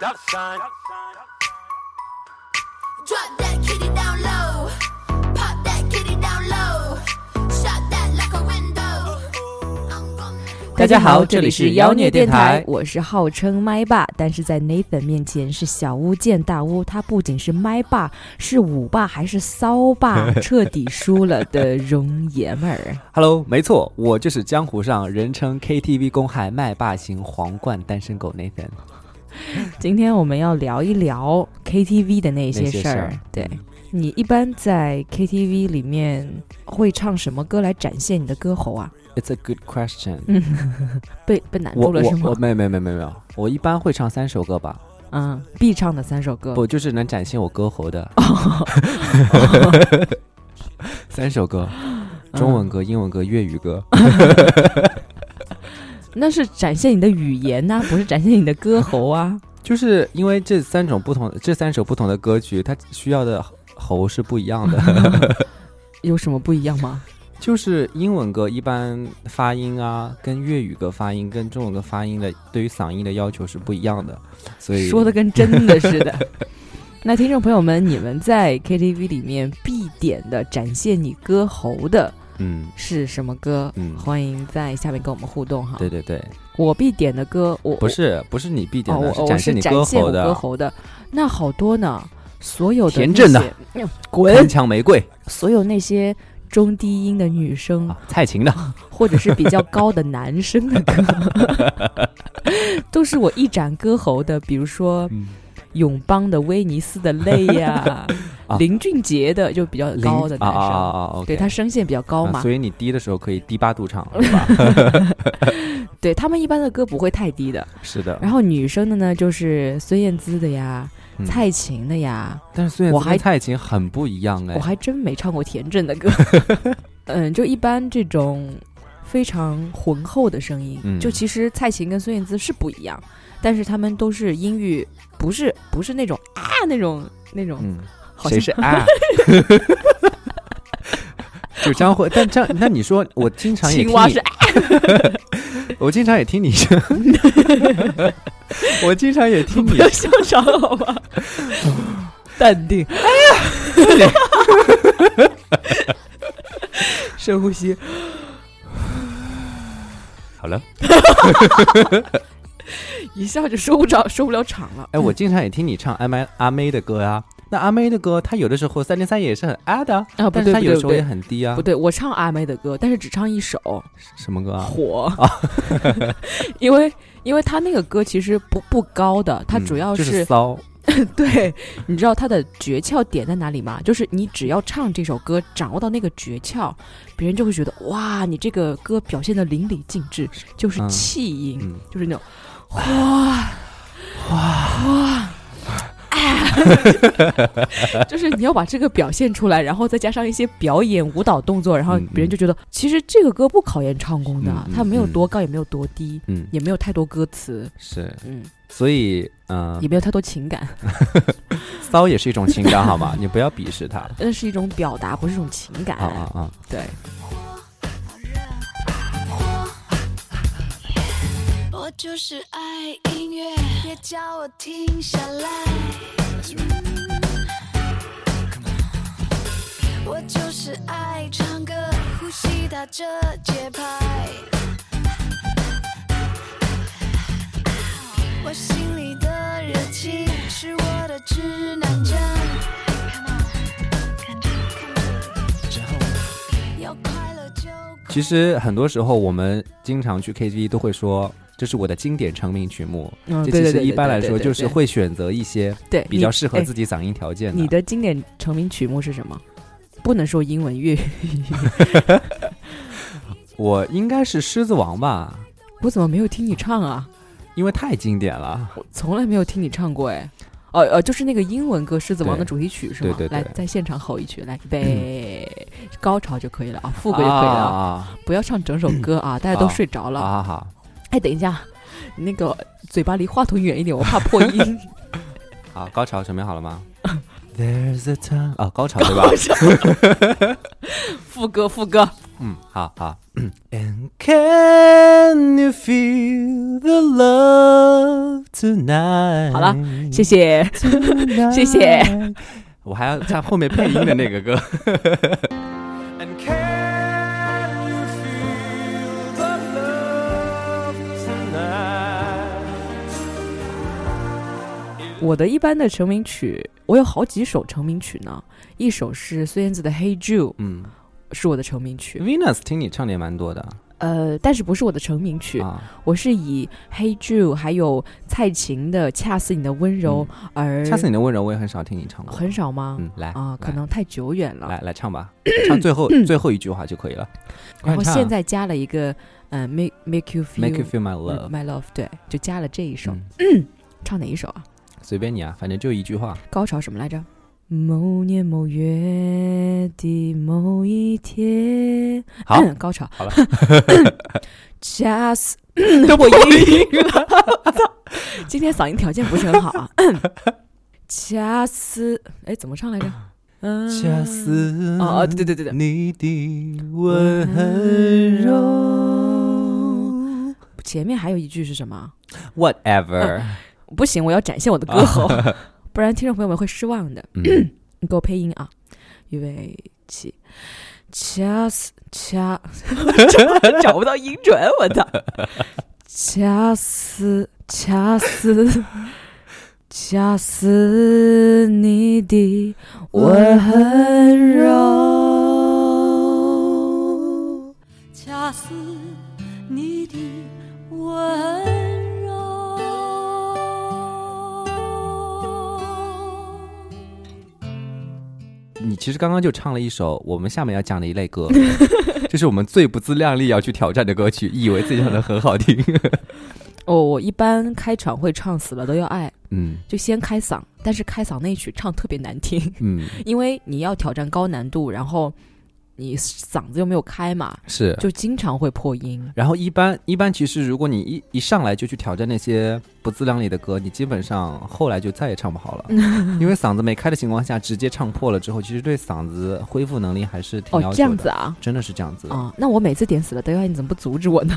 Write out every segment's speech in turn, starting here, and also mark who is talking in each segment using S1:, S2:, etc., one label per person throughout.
S1: Stop sign.
S2: Drop that kitty down low. Pop that kitty down low. Shut that like a window. I'm gonna.
S3: 大家好这里是妖孽电台
S4: 我是号称麦霸，但是在 Nathan 面前是小巫见大巫。他不仅是麦霸，是舞霸，还是骚 霸，彻底输了的容爷们儿。
S3: Hello，没错，我就是江湖上人称 KTV 公害麦霸型皇冠单身狗 Nathan。
S4: 今天我们要聊一聊 KTV 的那些
S3: 那些
S4: 事
S3: 事
S4: 儿
S3: 儿。嗯
S4: 对你一般在 KTV 里面会唱什么歌来展现你的歌 喉啊？
S3: It's a good question
S4: 嗯，被被难
S3: 我。
S4: 住
S3: 我
S4: 了是
S3: 我
S4: 吗？
S3: 没有没有没有没有没有，我一般会唱三首歌吧，
S4: 嗯，必唱的三首歌。
S3: 不就是能展现我歌喉的
S4: 哦
S3: 三首歌，
S4: 嗯
S3: 中文歌、英文歌、粤语歌。
S4: 那是展现你的语言呐、不是展现你的歌喉啊。
S3: 就是因为这三种不同，这三首不同的歌曲，它需要的喉是不一样的。
S4: 有什么不一样吗？
S3: 就是英文歌一般发音啊，跟粤语歌发音、跟中文歌发音的，对于嗓音的要求是不一样的。所以
S4: 说的跟真的似 的。那听众朋友们，你们在 KTV 里面必点的展现你歌喉的
S3: 嗯，
S4: 是什么歌？
S3: 嗯
S4: 欢迎在下面跟我们互动哈。
S3: 对对对，
S4: 我必点的歌，我
S3: 不是不是你必
S4: 哦，
S3: 点的，
S4: 我我
S3: 展现你
S4: 展现
S3: 喉
S4: 我歌
S3: 的，
S4: 喉的，那好多呢。所有的
S3: 田
S4: 那
S3: 震的
S4: 些，嗯
S3: 铿
S4: 滚！
S3: 锵玫瑰
S4: 所有那些中低音的女生，
S3: 啊，蔡琴的，
S4: 或者是比较高的男生的歌， 都是我一展歌喉的，比如说
S3: 嗯
S4: 永邦的《威尼斯的泪》呀
S3: 啊，
S4: 林俊杰的就比较高的
S3: 啊
S4: 男
S3: 啊啊
S4: 生，
S3: 啊，OK，
S4: 对他声线比较高
S3: 啊
S4: 嘛，
S3: 所以你低的时候可以低八度 唱，对吧？
S4: 对他们一般的歌不会太低的。
S3: 是的。
S4: 然后女生的呢，就是孙燕姿的呀，
S3: 嗯
S4: 蔡琴的呀，
S3: 但是孙燕
S4: 我
S3: 姿跟
S4: 还
S3: 蔡琴很不一样哎，
S4: 我还真没唱过田震的 歌。嗯，就一般这种非常浑厚的声音，
S3: 嗯
S4: 就其实蔡琴跟孙燕姿是不一样，但是他们都是音域，不是不是那种啊那种那种，
S3: 嗯，
S4: 好
S3: 谁
S4: 像
S3: 是啊？就张惠，但张，那你说我经常也听
S4: 青蛙
S3: 你
S4: 是啊
S3: 我经常也听你， 我经常也听
S4: 不
S3: 你
S4: 要，嚣张 好吗？淡定，哎呀，深呼吸。
S3: 好了，
S4: 一下就收不着，收不了场了。
S3: 哎，我经常也听你唱阿妹阿妹的歌啊。那阿妹的歌，她有的时候三零三也是很啊的，
S4: 啊不
S3: 但是
S4: 对
S3: 她
S4: 不
S3: 有的
S4: 对
S3: 时
S4: 不
S3: 候也
S4: 对
S3: 很低啊
S4: 不。对，我唱阿妹的歌，但是只唱一首，
S3: 什么歌啊？
S4: 火， 因为因为他那个歌其实不不高的，他
S3: 嗯
S4: 主要、
S3: 就是骚，
S4: 对，你知道他的诀窍点在哪里吗？就是你只要唱这首歌，掌握到那个诀窍，别人就会觉得哇，你这个歌表现的淋漓尽致，就是
S3: 嗯
S4: 气音，
S3: 嗯
S4: 就是那种哇哇。哎， 就是你要把这个表现出来，然后再加上一些表演、舞蹈动作，然后
S3: 嗯
S4: 别人就觉得，其实这个歌不考验唱功的，
S3: 嗯嗯
S4: 它没有
S3: 嗯
S4: 多高，也没有多低，
S3: 嗯，
S4: 也没有太多歌词，
S3: 是，
S4: 嗯，
S3: 所以，嗯
S4: 也，没有太多情感，
S3: 骚也是一种情感，好吗？ 你不要鄙视它。
S4: 那是一种表达，不是一种情感。
S3: 啊啊啊！
S4: 对，
S2: 我就是爱音乐，别叫我停下来。我就是爱唱歌，呼吸打着节拍。我心里的热情是我的指南针。要快乐就快
S3: 其实很多时候我们经常去 KTV 都会说，这是我的经典成名曲目。
S4: 嗯，
S3: 这
S4: 对
S3: 其实
S4: 对对，
S3: 一般来说
S4: 对对
S3: 就是
S4: 对
S3: 会选择一些
S4: 对
S3: 比较适合自
S4: 己。
S3: 己嗓音条件
S4: 哎你的经典成名曲目是什么？不能说英文、粤语，
S3: 我应该是《狮子王》吧，
S4: 我怎么没有听你唱啊？
S3: 因为太经典了。
S4: 我从来没有听你唱过哎。哦呃，就是那个英文歌《狮子王》的
S3: 对
S4: 主题曲是吗？
S3: 对对对
S4: 来，在现场吼一句， 来预备，高潮就可以了啊，副歌就可以了，啊、
S3: 啊
S4: 不要唱整首 歌啊，大家都
S3: 啊
S4: 睡着
S3: 啊
S4: 了。
S3: 啊！好，
S4: 哎，等一下，你那个嘴巴离话筒远一点，我怕破 音。
S3: 好，高潮准备好了 吗？There's a time 啊，高潮对吧？
S4: 副歌，副歌，
S3: 嗯，好 好。And can you feel the love tonight。
S4: 好了，谢谢。谢谢。
S3: 我还要唱后面配音的那个 歌。
S1: And can you feel the love tonight?
S4: 我的一般的成名曲，我有好几首成名曲呢。一首是孙燕姿的《Hey Jude》，
S3: 嗯
S4: 是我的成名曲，
S3: ，Venus 听你唱的也蛮多的
S4: 呃，但是不是我的成名曲，
S3: 啊。
S4: 我是以《Hey Jude》还有蔡琴的《恰似你的温柔》而
S3: 嗯恰似你的温柔，我也很少听你唱过。
S4: 很少吗？
S3: 嗯，来
S4: 啊，可
S3: 来
S4: 能太久远了。
S3: 来来唱吧，唱最后最后一句话就可以了。
S4: 嗯然后
S3: 快唱
S4: 现在加了一个，嗯、m a k e make you
S3: Make you
S4: feel
S3: feel my
S4: my
S3: love，
S4: my love，对，就加了这一嗯首。
S3: 嗯
S4: 唱哪一首啊？
S3: 随便你啊，反正就一句话。
S4: 高潮什么来着？某年某月的某一天，
S3: 好，
S4: 高潮
S3: 好了
S4: 恰似等 我音晕了，今天嗓音条件不是很好 啊。恰似， 哎，怎么唱来着？嗯
S3: 恰似
S4: 哦哦，对对对对，
S3: 你的
S4: 温
S3: 温
S4: 柔
S3: 柔
S4: 前面还有一句是什么？
S3: ，whatever，
S4: 不行，我要展现我的歌喉，不然听众朋友们会失望的。
S3: 嗯，
S4: 你给我配音啊！预备起，掐死掐，找不到音准，我操！掐死掐死掐死你的温柔，
S5: 恰似你的温柔。
S3: 你其实刚刚就唱了一首我们下面要讲的一类 歌，这是我们最不自量力要去挑战的歌曲，以为自己唱的很好 听，
S4: 哦，我一般开场会唱死了都要爱，
S3: 嗯
S4: 就先开嗓，但是开嗓那曲唱特别难听，
S3: 嗯，
S4: 因为你要挑战高难度，然后你嗓子又没有开嘛，
S3: 是。
S4: 就经常会破音。
S3: 然后一般一般，其实如果你一一上来就去挑战那些不自量力的歌，你基本上后来就再也唱不好了，因为嗓子没开的情况下，直接唱破了之后，其实对嗓子恢复能力还是挺
S4: 哦
S3: 要求的。，
S4: 这样子啊。
S3: 真的是这样子。
S4: 啊、那我每次点死了都要，你怎么不阻止我 呢？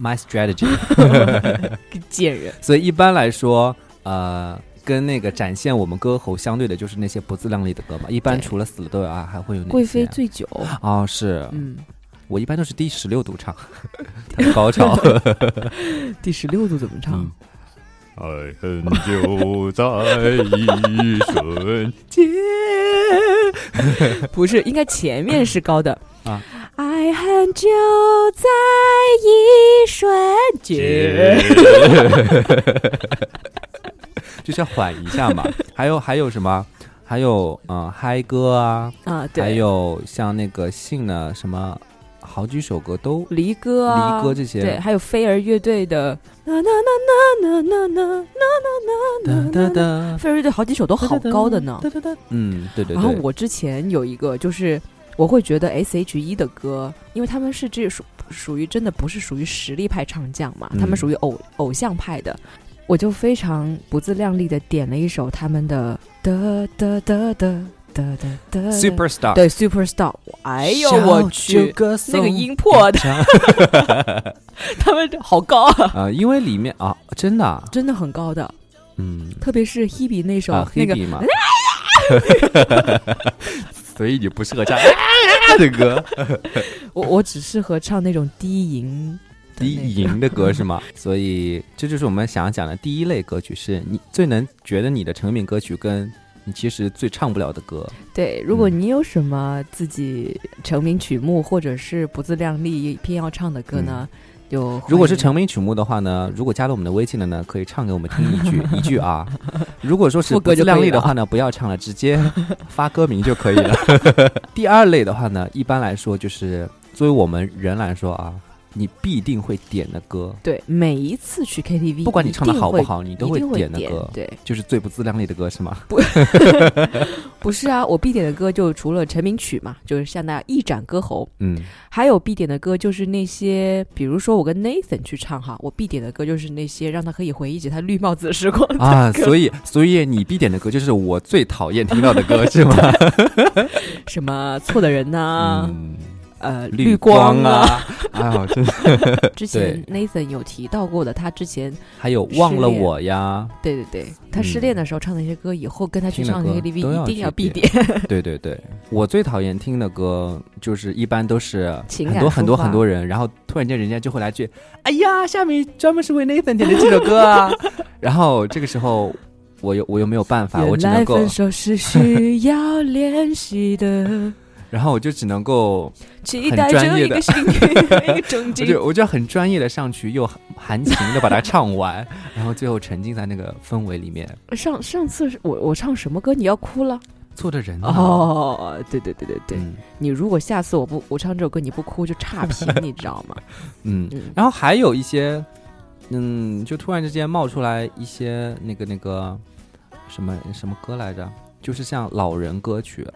S3: My strategy，
S4: 贱人！
S3: 所以一般来说，呃，跟那个展现我们歌喉相对的，就是那些不自量力的歌嘛。一般
S4: 对
S3: 除了死了都有爱，还会有哪些？
S4: 贵妃醉酒，
S3: 哦，是
S4: 嗯，
S3: 我一般都是第十六度唱，它的高潮。
S4: 第十六度怎么唱？
S3: 嗯
S6: 爱恨就在一瞬。
S4: 不是，应该前面是高的
S3: 啊。
S4: 爱恨就在一瞬间。
S3: 就是要缓一下 嘛。还有还有什么？还有嗯、呃嗨歌啊，
S4: 啊，对，
S3: 还有像那个信呢，什么好几首歌都
S4: 离歌啊，
S3: 离歌这些。
S4: 对，还有飞儿乐队的那那那那那那那
S3: 哒
S4: 那
S3: 哒
S4: 那那，
S3: 哒，
S4: 飞儿乐队好几首都好高的呢。
S3: 嗯，对对对。
S4: 然后我之前有一个，就是我会觉得 S.H.E 的歌，因为他们是这属属于真的不是属于实力派唱将嘛，
S3: 嗯
S4: 他们属于偶偶像派的，我就非常不自量力的点了一首他们的的的的的的的的
S3: Superstar，
S4: 呃对 Superstar，哎呦我去，那个音破的， 他们好高啊，
S3: 啊，因为里面啊，真的啊，
S4: 真的很高的，
S3: 嗯
S4: 特别是 Hebe 那首、
S3: 啊
S4: 那个
S3: ，Hebe 嘛， 所以你不适合唱哎的歌，
S4: 我我只适合唱那种低吟的
S3: 低
S4: 那个
S3: 吟的歌是吗？ 所以这就是我们想要讲的第一类歌曲，是你最能觉得你的成名歌曲跟。你其实最唱不了的歌，
S4: 对，如果
S3: 嗯
S4: 你有什么自己成名曲目或者是不自量力偏要唱的歌呢，有
S3: 嗯如果是成名曲目的话呢，如果加了我们的微信的呢，可以唱给我们听一句一句啊。 如果说是
S4: 副歌
S3: 不自
S4: 就可以了
S3: 量力的话呢，不要唱了，直接发歌名就可以了。 第二类的话呢，一般来说就是作为我们人来说啊，你必定会点的歌，
S4: 对每一次去 KTV，
S3: 不管你唱的好不好，你
S4: 一
S3: 都
S4: 定会，一定
S3: 点
S4: 点
S3: 的歌，
S4: 对，
S3: 就是最不自量力的歌是吗？
S4: 不是啊，我必点的歌就除了成名曲嘛，就是像那一展歌喉，
S3: 嗯，
S4: 还有必点的歌就是那些，比如说我跟 Nathan 去唱哈，我必点的歌就是那些让他可以回忆起他绿帽子的时光 的
S3: 啊，
S4: 歌
S3: 所以所以你必点的歌就是我 最讨厌听到的歌是吗？
S4: 什么错的人呐、
S3: 嗯，
S4: 呃
S3: 绿
S4: 啊光啊，
S3: 啊，哎呦，真的
S4: 之前 Nathan 有提到过的，他之前
S3: 还有忘了我呀，
S4: 对对对，他失
S3: 嗯
S4: 恋的时候唱那些歌，以后跟他去
S3: 听的
S4: 唱
S3: 歌
S4: KTV
S3: 都要
S4: 一定
S3: 去
S4: 要必
S3: 点
S4: 点。
S3: 对对对，我最讨厌听的歌就是一般都是
S4: 情
S3: 很
S4: 感
S3: 多很
S4: 抒
S3: 多
S4: 发
S3: 很多人，然后突然间人家就会来句，哎呀，下面专门是为 Nathan 点的这首歌 啊，然后这个时候我又我又没有办法，我只能够，
S4: 手是需要练习的，
S3: 然后我就只能够，
S4: 期
S3: 很专业的
S4: 幸运，一种
S3: 我就我就很专业的上去，又含含情的把它唱完，然后最后沉浸在那个氛围里面。
S4: 上上次是我我唱什么歌你要哭了？
S3: 错的人啊，
S4: 哦，对对对对对，
S3: 嗯
S4: 你如果下次我不我唱这首歌你不哭就差评，你知 道吗？
S3: 嗯
S4: 嗯，
S3: 然后还有一些，嗯，就突然之间冒出来一些那个那个什么什么歌来着，就是像老人歌 曲，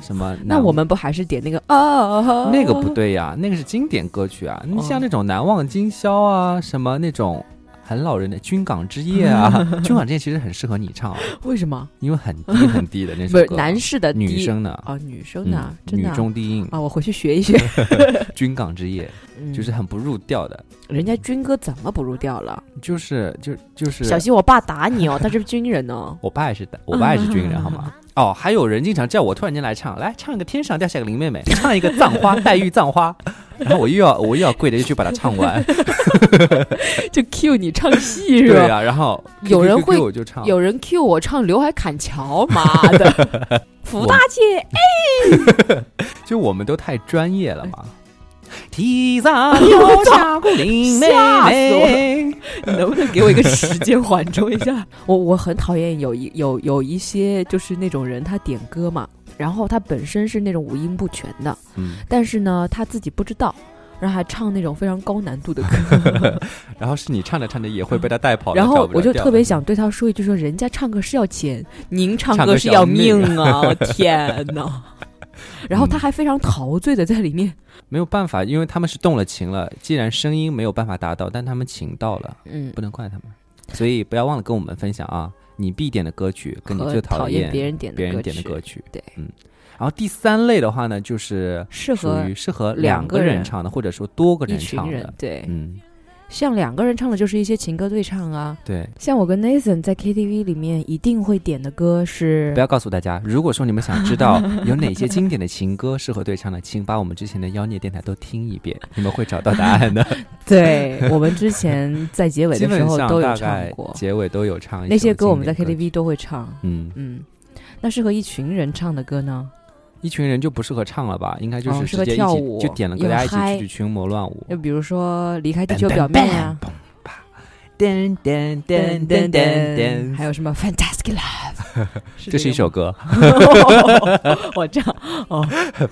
S3: 什么
S4: 那
S3: 难
S4: 我们不还是点那个哦？
S3: 那个不对呀、那个是经典歌曲啊，你像那种难忘今宵啊，什么那种很老人的军港之夜 啊，军港之夜其实很适合你唱啊，
S4: 为什么？
S3: 因为很低很低的那
S4: 不
S3: 首
S4: 是
S3: 歌，
S4: 男士的
S3: 女
S4: 低
S3: 生的。
S4: 啊，女生的啊
S3: 嗯，
S4: 真
S3: 女
S4: 的啊
S3: 中低音，
S4: 啊，我回去学一学。
S3: 军港之夜
S4: 嗯
S3: 就是很不入调的，
S4: 人家军哥怎么不入调了？
S3: 就是就就是
S4: 小心我爸打你哦，他是军人哦。
S3: 我爸也是的，我爸也是军
S4: 嗯
S3: 人，好吗？哦，还有人经常叫我突然间来唱，来唱一个天上掉下个林妹妹，唱一个葬花，黛玉葬花， 然后我又要我又要跪着去把它唱 完，
S4: 就 Q 你唱戏 是
S3: 对
S4: 吧？
S3: 啊，然后
S4: 有人
S3: QQQ
S4: 会
S3: 我就唱，
S4: 有人 Q 我唱《刘海砍樵》，妈的， 福大姐，
S3: 就我们都太专业了嘛。
S4: 哎
S3: 天上掉下个林妹 妹，
S4: 你能不能给我一个时间缓冲一 下？我我很讨厌有一有有一些就是那种人，他点歌嘛，然后他本身是那种五音不全的，
S3: 嗯，
S4: 但是呢他自己不知道，然后还唱那种非常高难度的歌，
S3: 然后是你唱着唱着也会被他带跑的，
S4: 然
S3: 找
S4: 后
S3: 不着
S4: 我就
S3: 调
S4: 特别想对他说一句说，人家唱歌是要钱，您唱
S3: 唱
S4: 歌
S3: 歌
S4: 是
S3: 是要
S4: 要
S3: 命嗯
S4: 命啊！ 我天哪！然后他还非常陶醉的在 里面，
S3: 没有办法，因为他们是动了情了，既然声音没有办法达到，但他们情到了。
S4: 嗯，
S3: 不能怪他们。所以不要忘了跟我们分享啊，你必点的歌曲跟你
S4: 和
S3: 最
S4: 讨
S3: 厌
S4: 别人点的
S3: 别人
S4: 歌
S3: 点的
S4: 曲
S3: 歌曲。
S4: 对，
S3: 嗯。然后第三类的话呢，就是
S4: 适
S3: 属
S4: 合
S3: 于适合
S4: 两
S3: 两
S4: 个
S3: 个人
S4: 人
S3: 唱的，或者说多个
S4: 一
S3: 人
S4: 群
S3: 唱
S4: 人
S3: 的。。
S4: 对，
S3: 嗯，
S4: 像两个人唱的就是一些情歌对唱啊，
S3: 对，
S4: 像我跟 Nathan 在 KTV 里面一定会点的歌是
S3: 不要告诉大家，如果说你们想知 道有哪些经典的情歌适合对唱的，请把我们之前的妖孽电台都听一遍，你们会找到答案 的。
S4: 对我们之前在结尾
S3: 基
S4: 的时
S3: 本
S4: 候
S3: 上
S4: 都有
S3: 大
S4: 唱
S3: 概
S4: 过
S3: 结尾都有唱一
S4: 那些
S3: 首
S4: 歌，我们在
S3: 经典曲
S4: KTV 都会唱。
S3: 嗯，
S4: 嗯，那适合一群人唱的歌呢？
S3: 一群人就不适合唱了吧？应该就
S4: 哦
S3: 是
S4: 适
S3: 直
S4: 合
S3: 接一
S4: 跳
S3: 起
S4: 舞
S3: 就点了，
S4: 又
S3: 大家一
S4: 嗨
S3: 起去群魔乱舞。
S4: 就比如说离开地球表面啊，
S3: 噔噔
S4: 噔
S3: 噔噔
S4: 噔噔
S3: 噔
S4: 噔，
S3: 噔，
S4: 还有什么 Fantastic Love，
S3: 这是一首 歌
S4: 歌，我知道。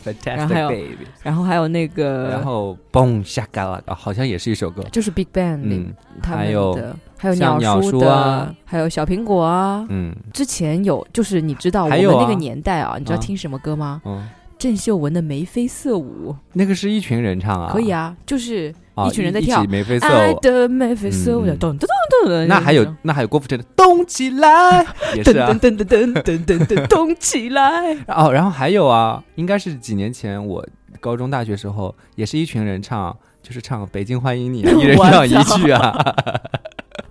S3: ，Fantastic
S4: 还有
S3: Baby，
S4: 然后还有那个，
S3: 然后嘣下嘎啦，啊好像也是一首歌，
S4: 就是 Big Bang 里
S3: 嗯
S4: 他们
S3: 还有
S4: 的，还有
S3: 像鸟
S4: 叔
S3: 叔
S4: 的，
S3: 啊
S4: 还有小苹果啊。
S3: 嗯
S4: 之前有，就是你知道我
S3: 还
S4: 们
S3: 有啊
S4: 那个年代啊，你知
S3: 啊
S4: 道听什么歌吗？
S3: 嗯，
S4: 郑秀文的《眉飞色舞
S3: 那个是一群人唱》啊，
S4: 可以啊，就是
S3: 啊，
S4: 一群人在
S3: 一
S4: 跳哎
S3: 起眉飞色
S4: 爱
S3: 舞。
S4: 的眉飞色舞，
S3: 嗯嗯
S4: 咚咚咚咚咚。
S3: 那还有那还有郭富城的《动起来》也
S4: 噔
S3: 是啊
S4: 噔，噔噔噔噔噔噔动起 来。
S3: 哦，然后还有啊，应该是几年前我高中大学时候，也是一群人唱，就是唱《北京欢迎你》 啊，一人
S4: 我
S3: 唱一
S4: 操
S3: 句啊。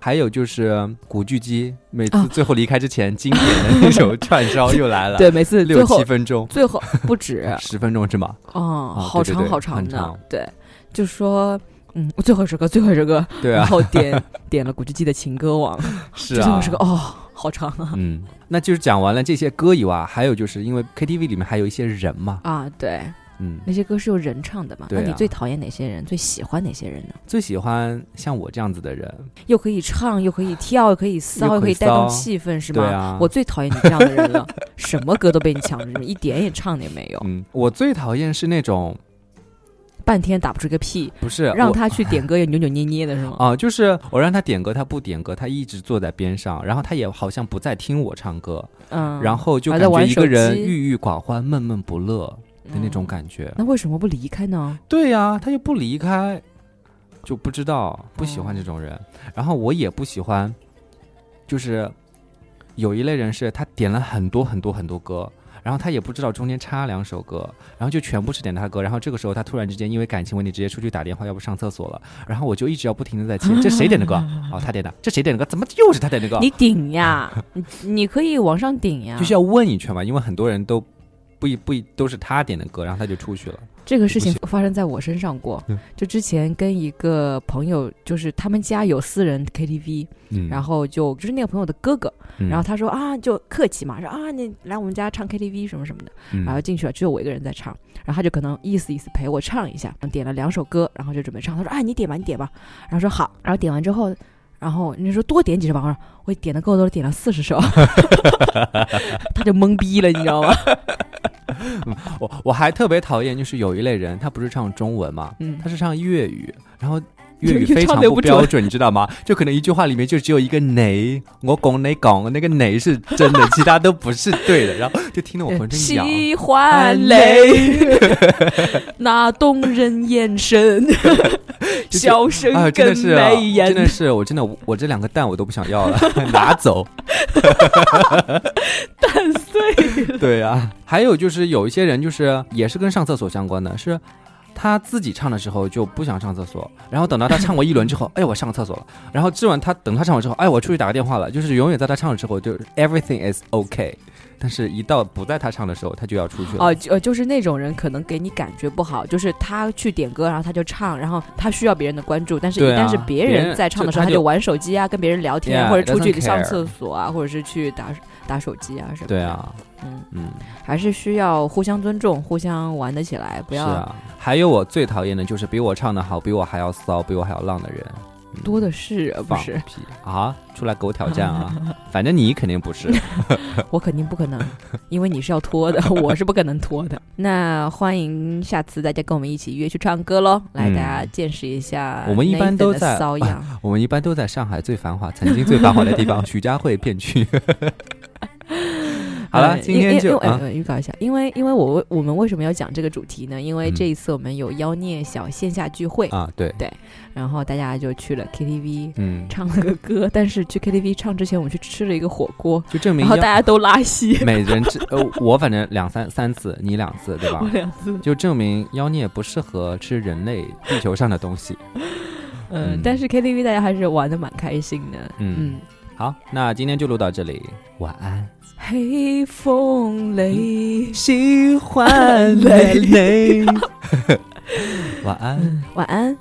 S3: 还有就是古巨基，每
S4: 啊
S3: 次最后离开之前，经典的那首串烧又来了，
S4: 对，每次最
S3: 六
S4: 后
S3: 七分钟，
S4: 最后不止，
S3: 十分钟是吗？
S4: 哦，
S3: 对
S4: 好
S3: 对
S4: 长
S3: 对
S4: 好长
S3: 很
S4: 的
S3: 长，
S4: 对，就说。嗯，最后一首歌，最后一首歌，
S3: 对
S4: 然
S3: 啊，
S4: 后点点了古巨基的《情歌王》，
S3: 是
S4: 最后
S3: 啊
S4: 一，首歌，哦，好长啊！
S3: 嗯，那就是讲完了这些歌以外，还有就是因为 KTV 里面还有一些人嘛，
S4: 啊，对，
S3: 嗯，
S4: 那些歌是由人唱的嘛？
S3: 对啊
S4: 那你最讨厌哪些人？最喜欢哪些人呢？
S3: 最喜欢像我这样子的人，
S4: 又可以唱，又可以跳，又可以骚，
S3: 又可以
S4: 又可以带动
S3: 骚
S4: 气氛，是吗？
S3: 对啊
S4: 我最讨厌你这样的人了， 什么歌都被你抢着，你一点也唱的也没有，
S3: 嗯，我最讨厌是那种
S4: 半天打不出个屁，
S3: 不是
S4: 让
S3: 啊我
S4: 他去点歌也扭扭捏捏的是吗？
S3: 啊，就是我让他点歌，他不点歌，他一直坐在边上，然后他也好像不再听我唱歌，
S4: 嗯，
S3: 然
S4: 后
S3: 后就
S4: 还
S3: 感
S4: 在
S3: 觉
S4: 玩
S3: 一
S4: 手
S3: 个人
S4: 机
S3: 郁郁寡欢、闷闷不乐的那种感觉。
S4: 嗯那为什么不离开呢？
S3: 对呀、他又不离开，就不知道不喜欢这种人。
S4: 嗯
S3: 然后我也不喜欢，就是有一类人是他点了很多很多很多歌，然后他也不知道中间插两首歌，然后就全部是点他歌。然后这个时候他突然之间因为感情问题直接出去打电话，要不上厕 所了。然后我就一直要不停的在切，这谁点的歌？哦，他点的。这谁点的歌？怎么又是他点的歌？
S4: 你 顶呀，你你可以往上顶呀
S3: 就。是要问一圈嘛，因为很多人都不一不一都是他点的歌，然后他就出去了。
S4: 这个事情发生在我身上过
S3: 嗯，
S4: 就之前跟一个朋友，就是他们家有私人 KTV，
S3: 嗯
S4: 然后就就是那个朋友的哥哥，
S3: 嗯
S4: 然后他说啊，就客气嘛，说啊你来我们家唱 KTV 什么什么的，
S3: 嗯
S4: 然后进去了，只有我一个人在唱，然后他就可能意思意思陪我唱一下，嗯点了两首歌，然后就准备唱，他说啊你点吧你点吧，然后说好，然后点完之后，然后人家说多点几首吧，我说我点的够多了，点了四十首， 他就懵逼了，你知道吗？
S3: 我我还特别讨厌，就是有一类人，他不是唱中文嘛，
S4: 嗯
S3: 他是唱粤语，然后粤语
S4: 就就
S3: 非常
S4: 唱得不
S3: 标准，你知道吗？就可能一句话里面就只有一个你，我拱你拱，那个你是真 的，其他都不是对的，然后就听得我浑身痒。
S4: 呃喜欢 泪，那动人 眼神，
S3: 是
S4: 笑 声
S3: 啊，真的
S4: 跟
S3: 是啊，
S4: 眉眼
S3: 真。的是，我真的，我这两个蛋我都不想要了， 拿 走。
S4: 蛋碎。
S3: 对啊，还有就是有一些人就是也是跟上厕所相关的，是他自己唱的时候就不想上厕所，然后等到他唱过一轮之后，哎，我上个厕所了，然后之完他等他唱完之后，哎，我出去打个电话了，就是永远在他唱的时候就是 everything is okay，但是一到不在他唱的时候，他就要出去了。
S4: 哦，就呃就是那种人，可能给你感觉不好，就是他去点歌，然后他就唱，然后他需要别人的关注，但是一
S3: 对啊
S4: 旦是
S3: 别
S4: 别人
S3: 人
S4: 在唱的时
S3: 就他
S4: 候，他
S3: 就
S4: 就玩手机啊，跟别人聊天啊
S3: Yeah，
S4: 或者出
S3: doesn't
S4: 去
S3: care
S4: 上厕所啊，或者是去打打手机啊什么。
S3: 对，啊，
S4: 嗯，
S3: 嗯，
S4: 还是需要互相尊重，互相玩得起来，不
S3: 是
S4: 要
S3: 啊。还有我最讨厌的就是比我唱的好、比我还要骚、比我还要浪的人，嗯
S4: 多的是，不
S3: 放
S4: 是？
S3: 屁啊！出来给我挑战啊！ 反正你肯定不 是。
S4: 我肯定不可能，因为你是要拖的，我是不可能拖的。 那欢迎下次大家跟我们一起约去唱歌喽，来
S3: 嗯
S4: 大家见识一下
S3: 我们一般
S4: Nathan
S3: 都
S4: 的
S3: 在
S4: 骚样。
S3: 我们一般都在上海最繁华、曾经最繁华的地方——徐家汇片区。 好了，
S4: 呃
S3: 今
S4: 因因
S3: 天
S4: 因
S3: 就
S4: 为
S3: 啊，
S4: 呃预告一下，因为因为我我们为什么要讲这个主题呢？因为
S3: 嗯
S4: 这一次我们有妖孽小线下聚会，
S3: 啊，对，
S4: 然后大家就去了 KTV
S3: 嗯，
S4: 唱了个歌，但是去 KTV 唱之前，我们去吃了一个火锅，
S3: 就证明
S4: 然后大
S3: 要，
S4: 家都拉稀
S3: 每人至呃，我反正两三三次，你两次，对吧
S4: 我？ 两次，
S3: 就证明妖孽不适合吃人类地球上的东西。
S4: 嗯，
S3: 嗯
S4: 但是 KTV 大家还是玩的蛮开心的，
S3: 嗯
S4: 嗯
S3: 好，那今天就录到这里，晚安。
S4: 黑风雷，
S3: 喜欢
S4: 累
S3: 累，晚安。
S4: 晚安。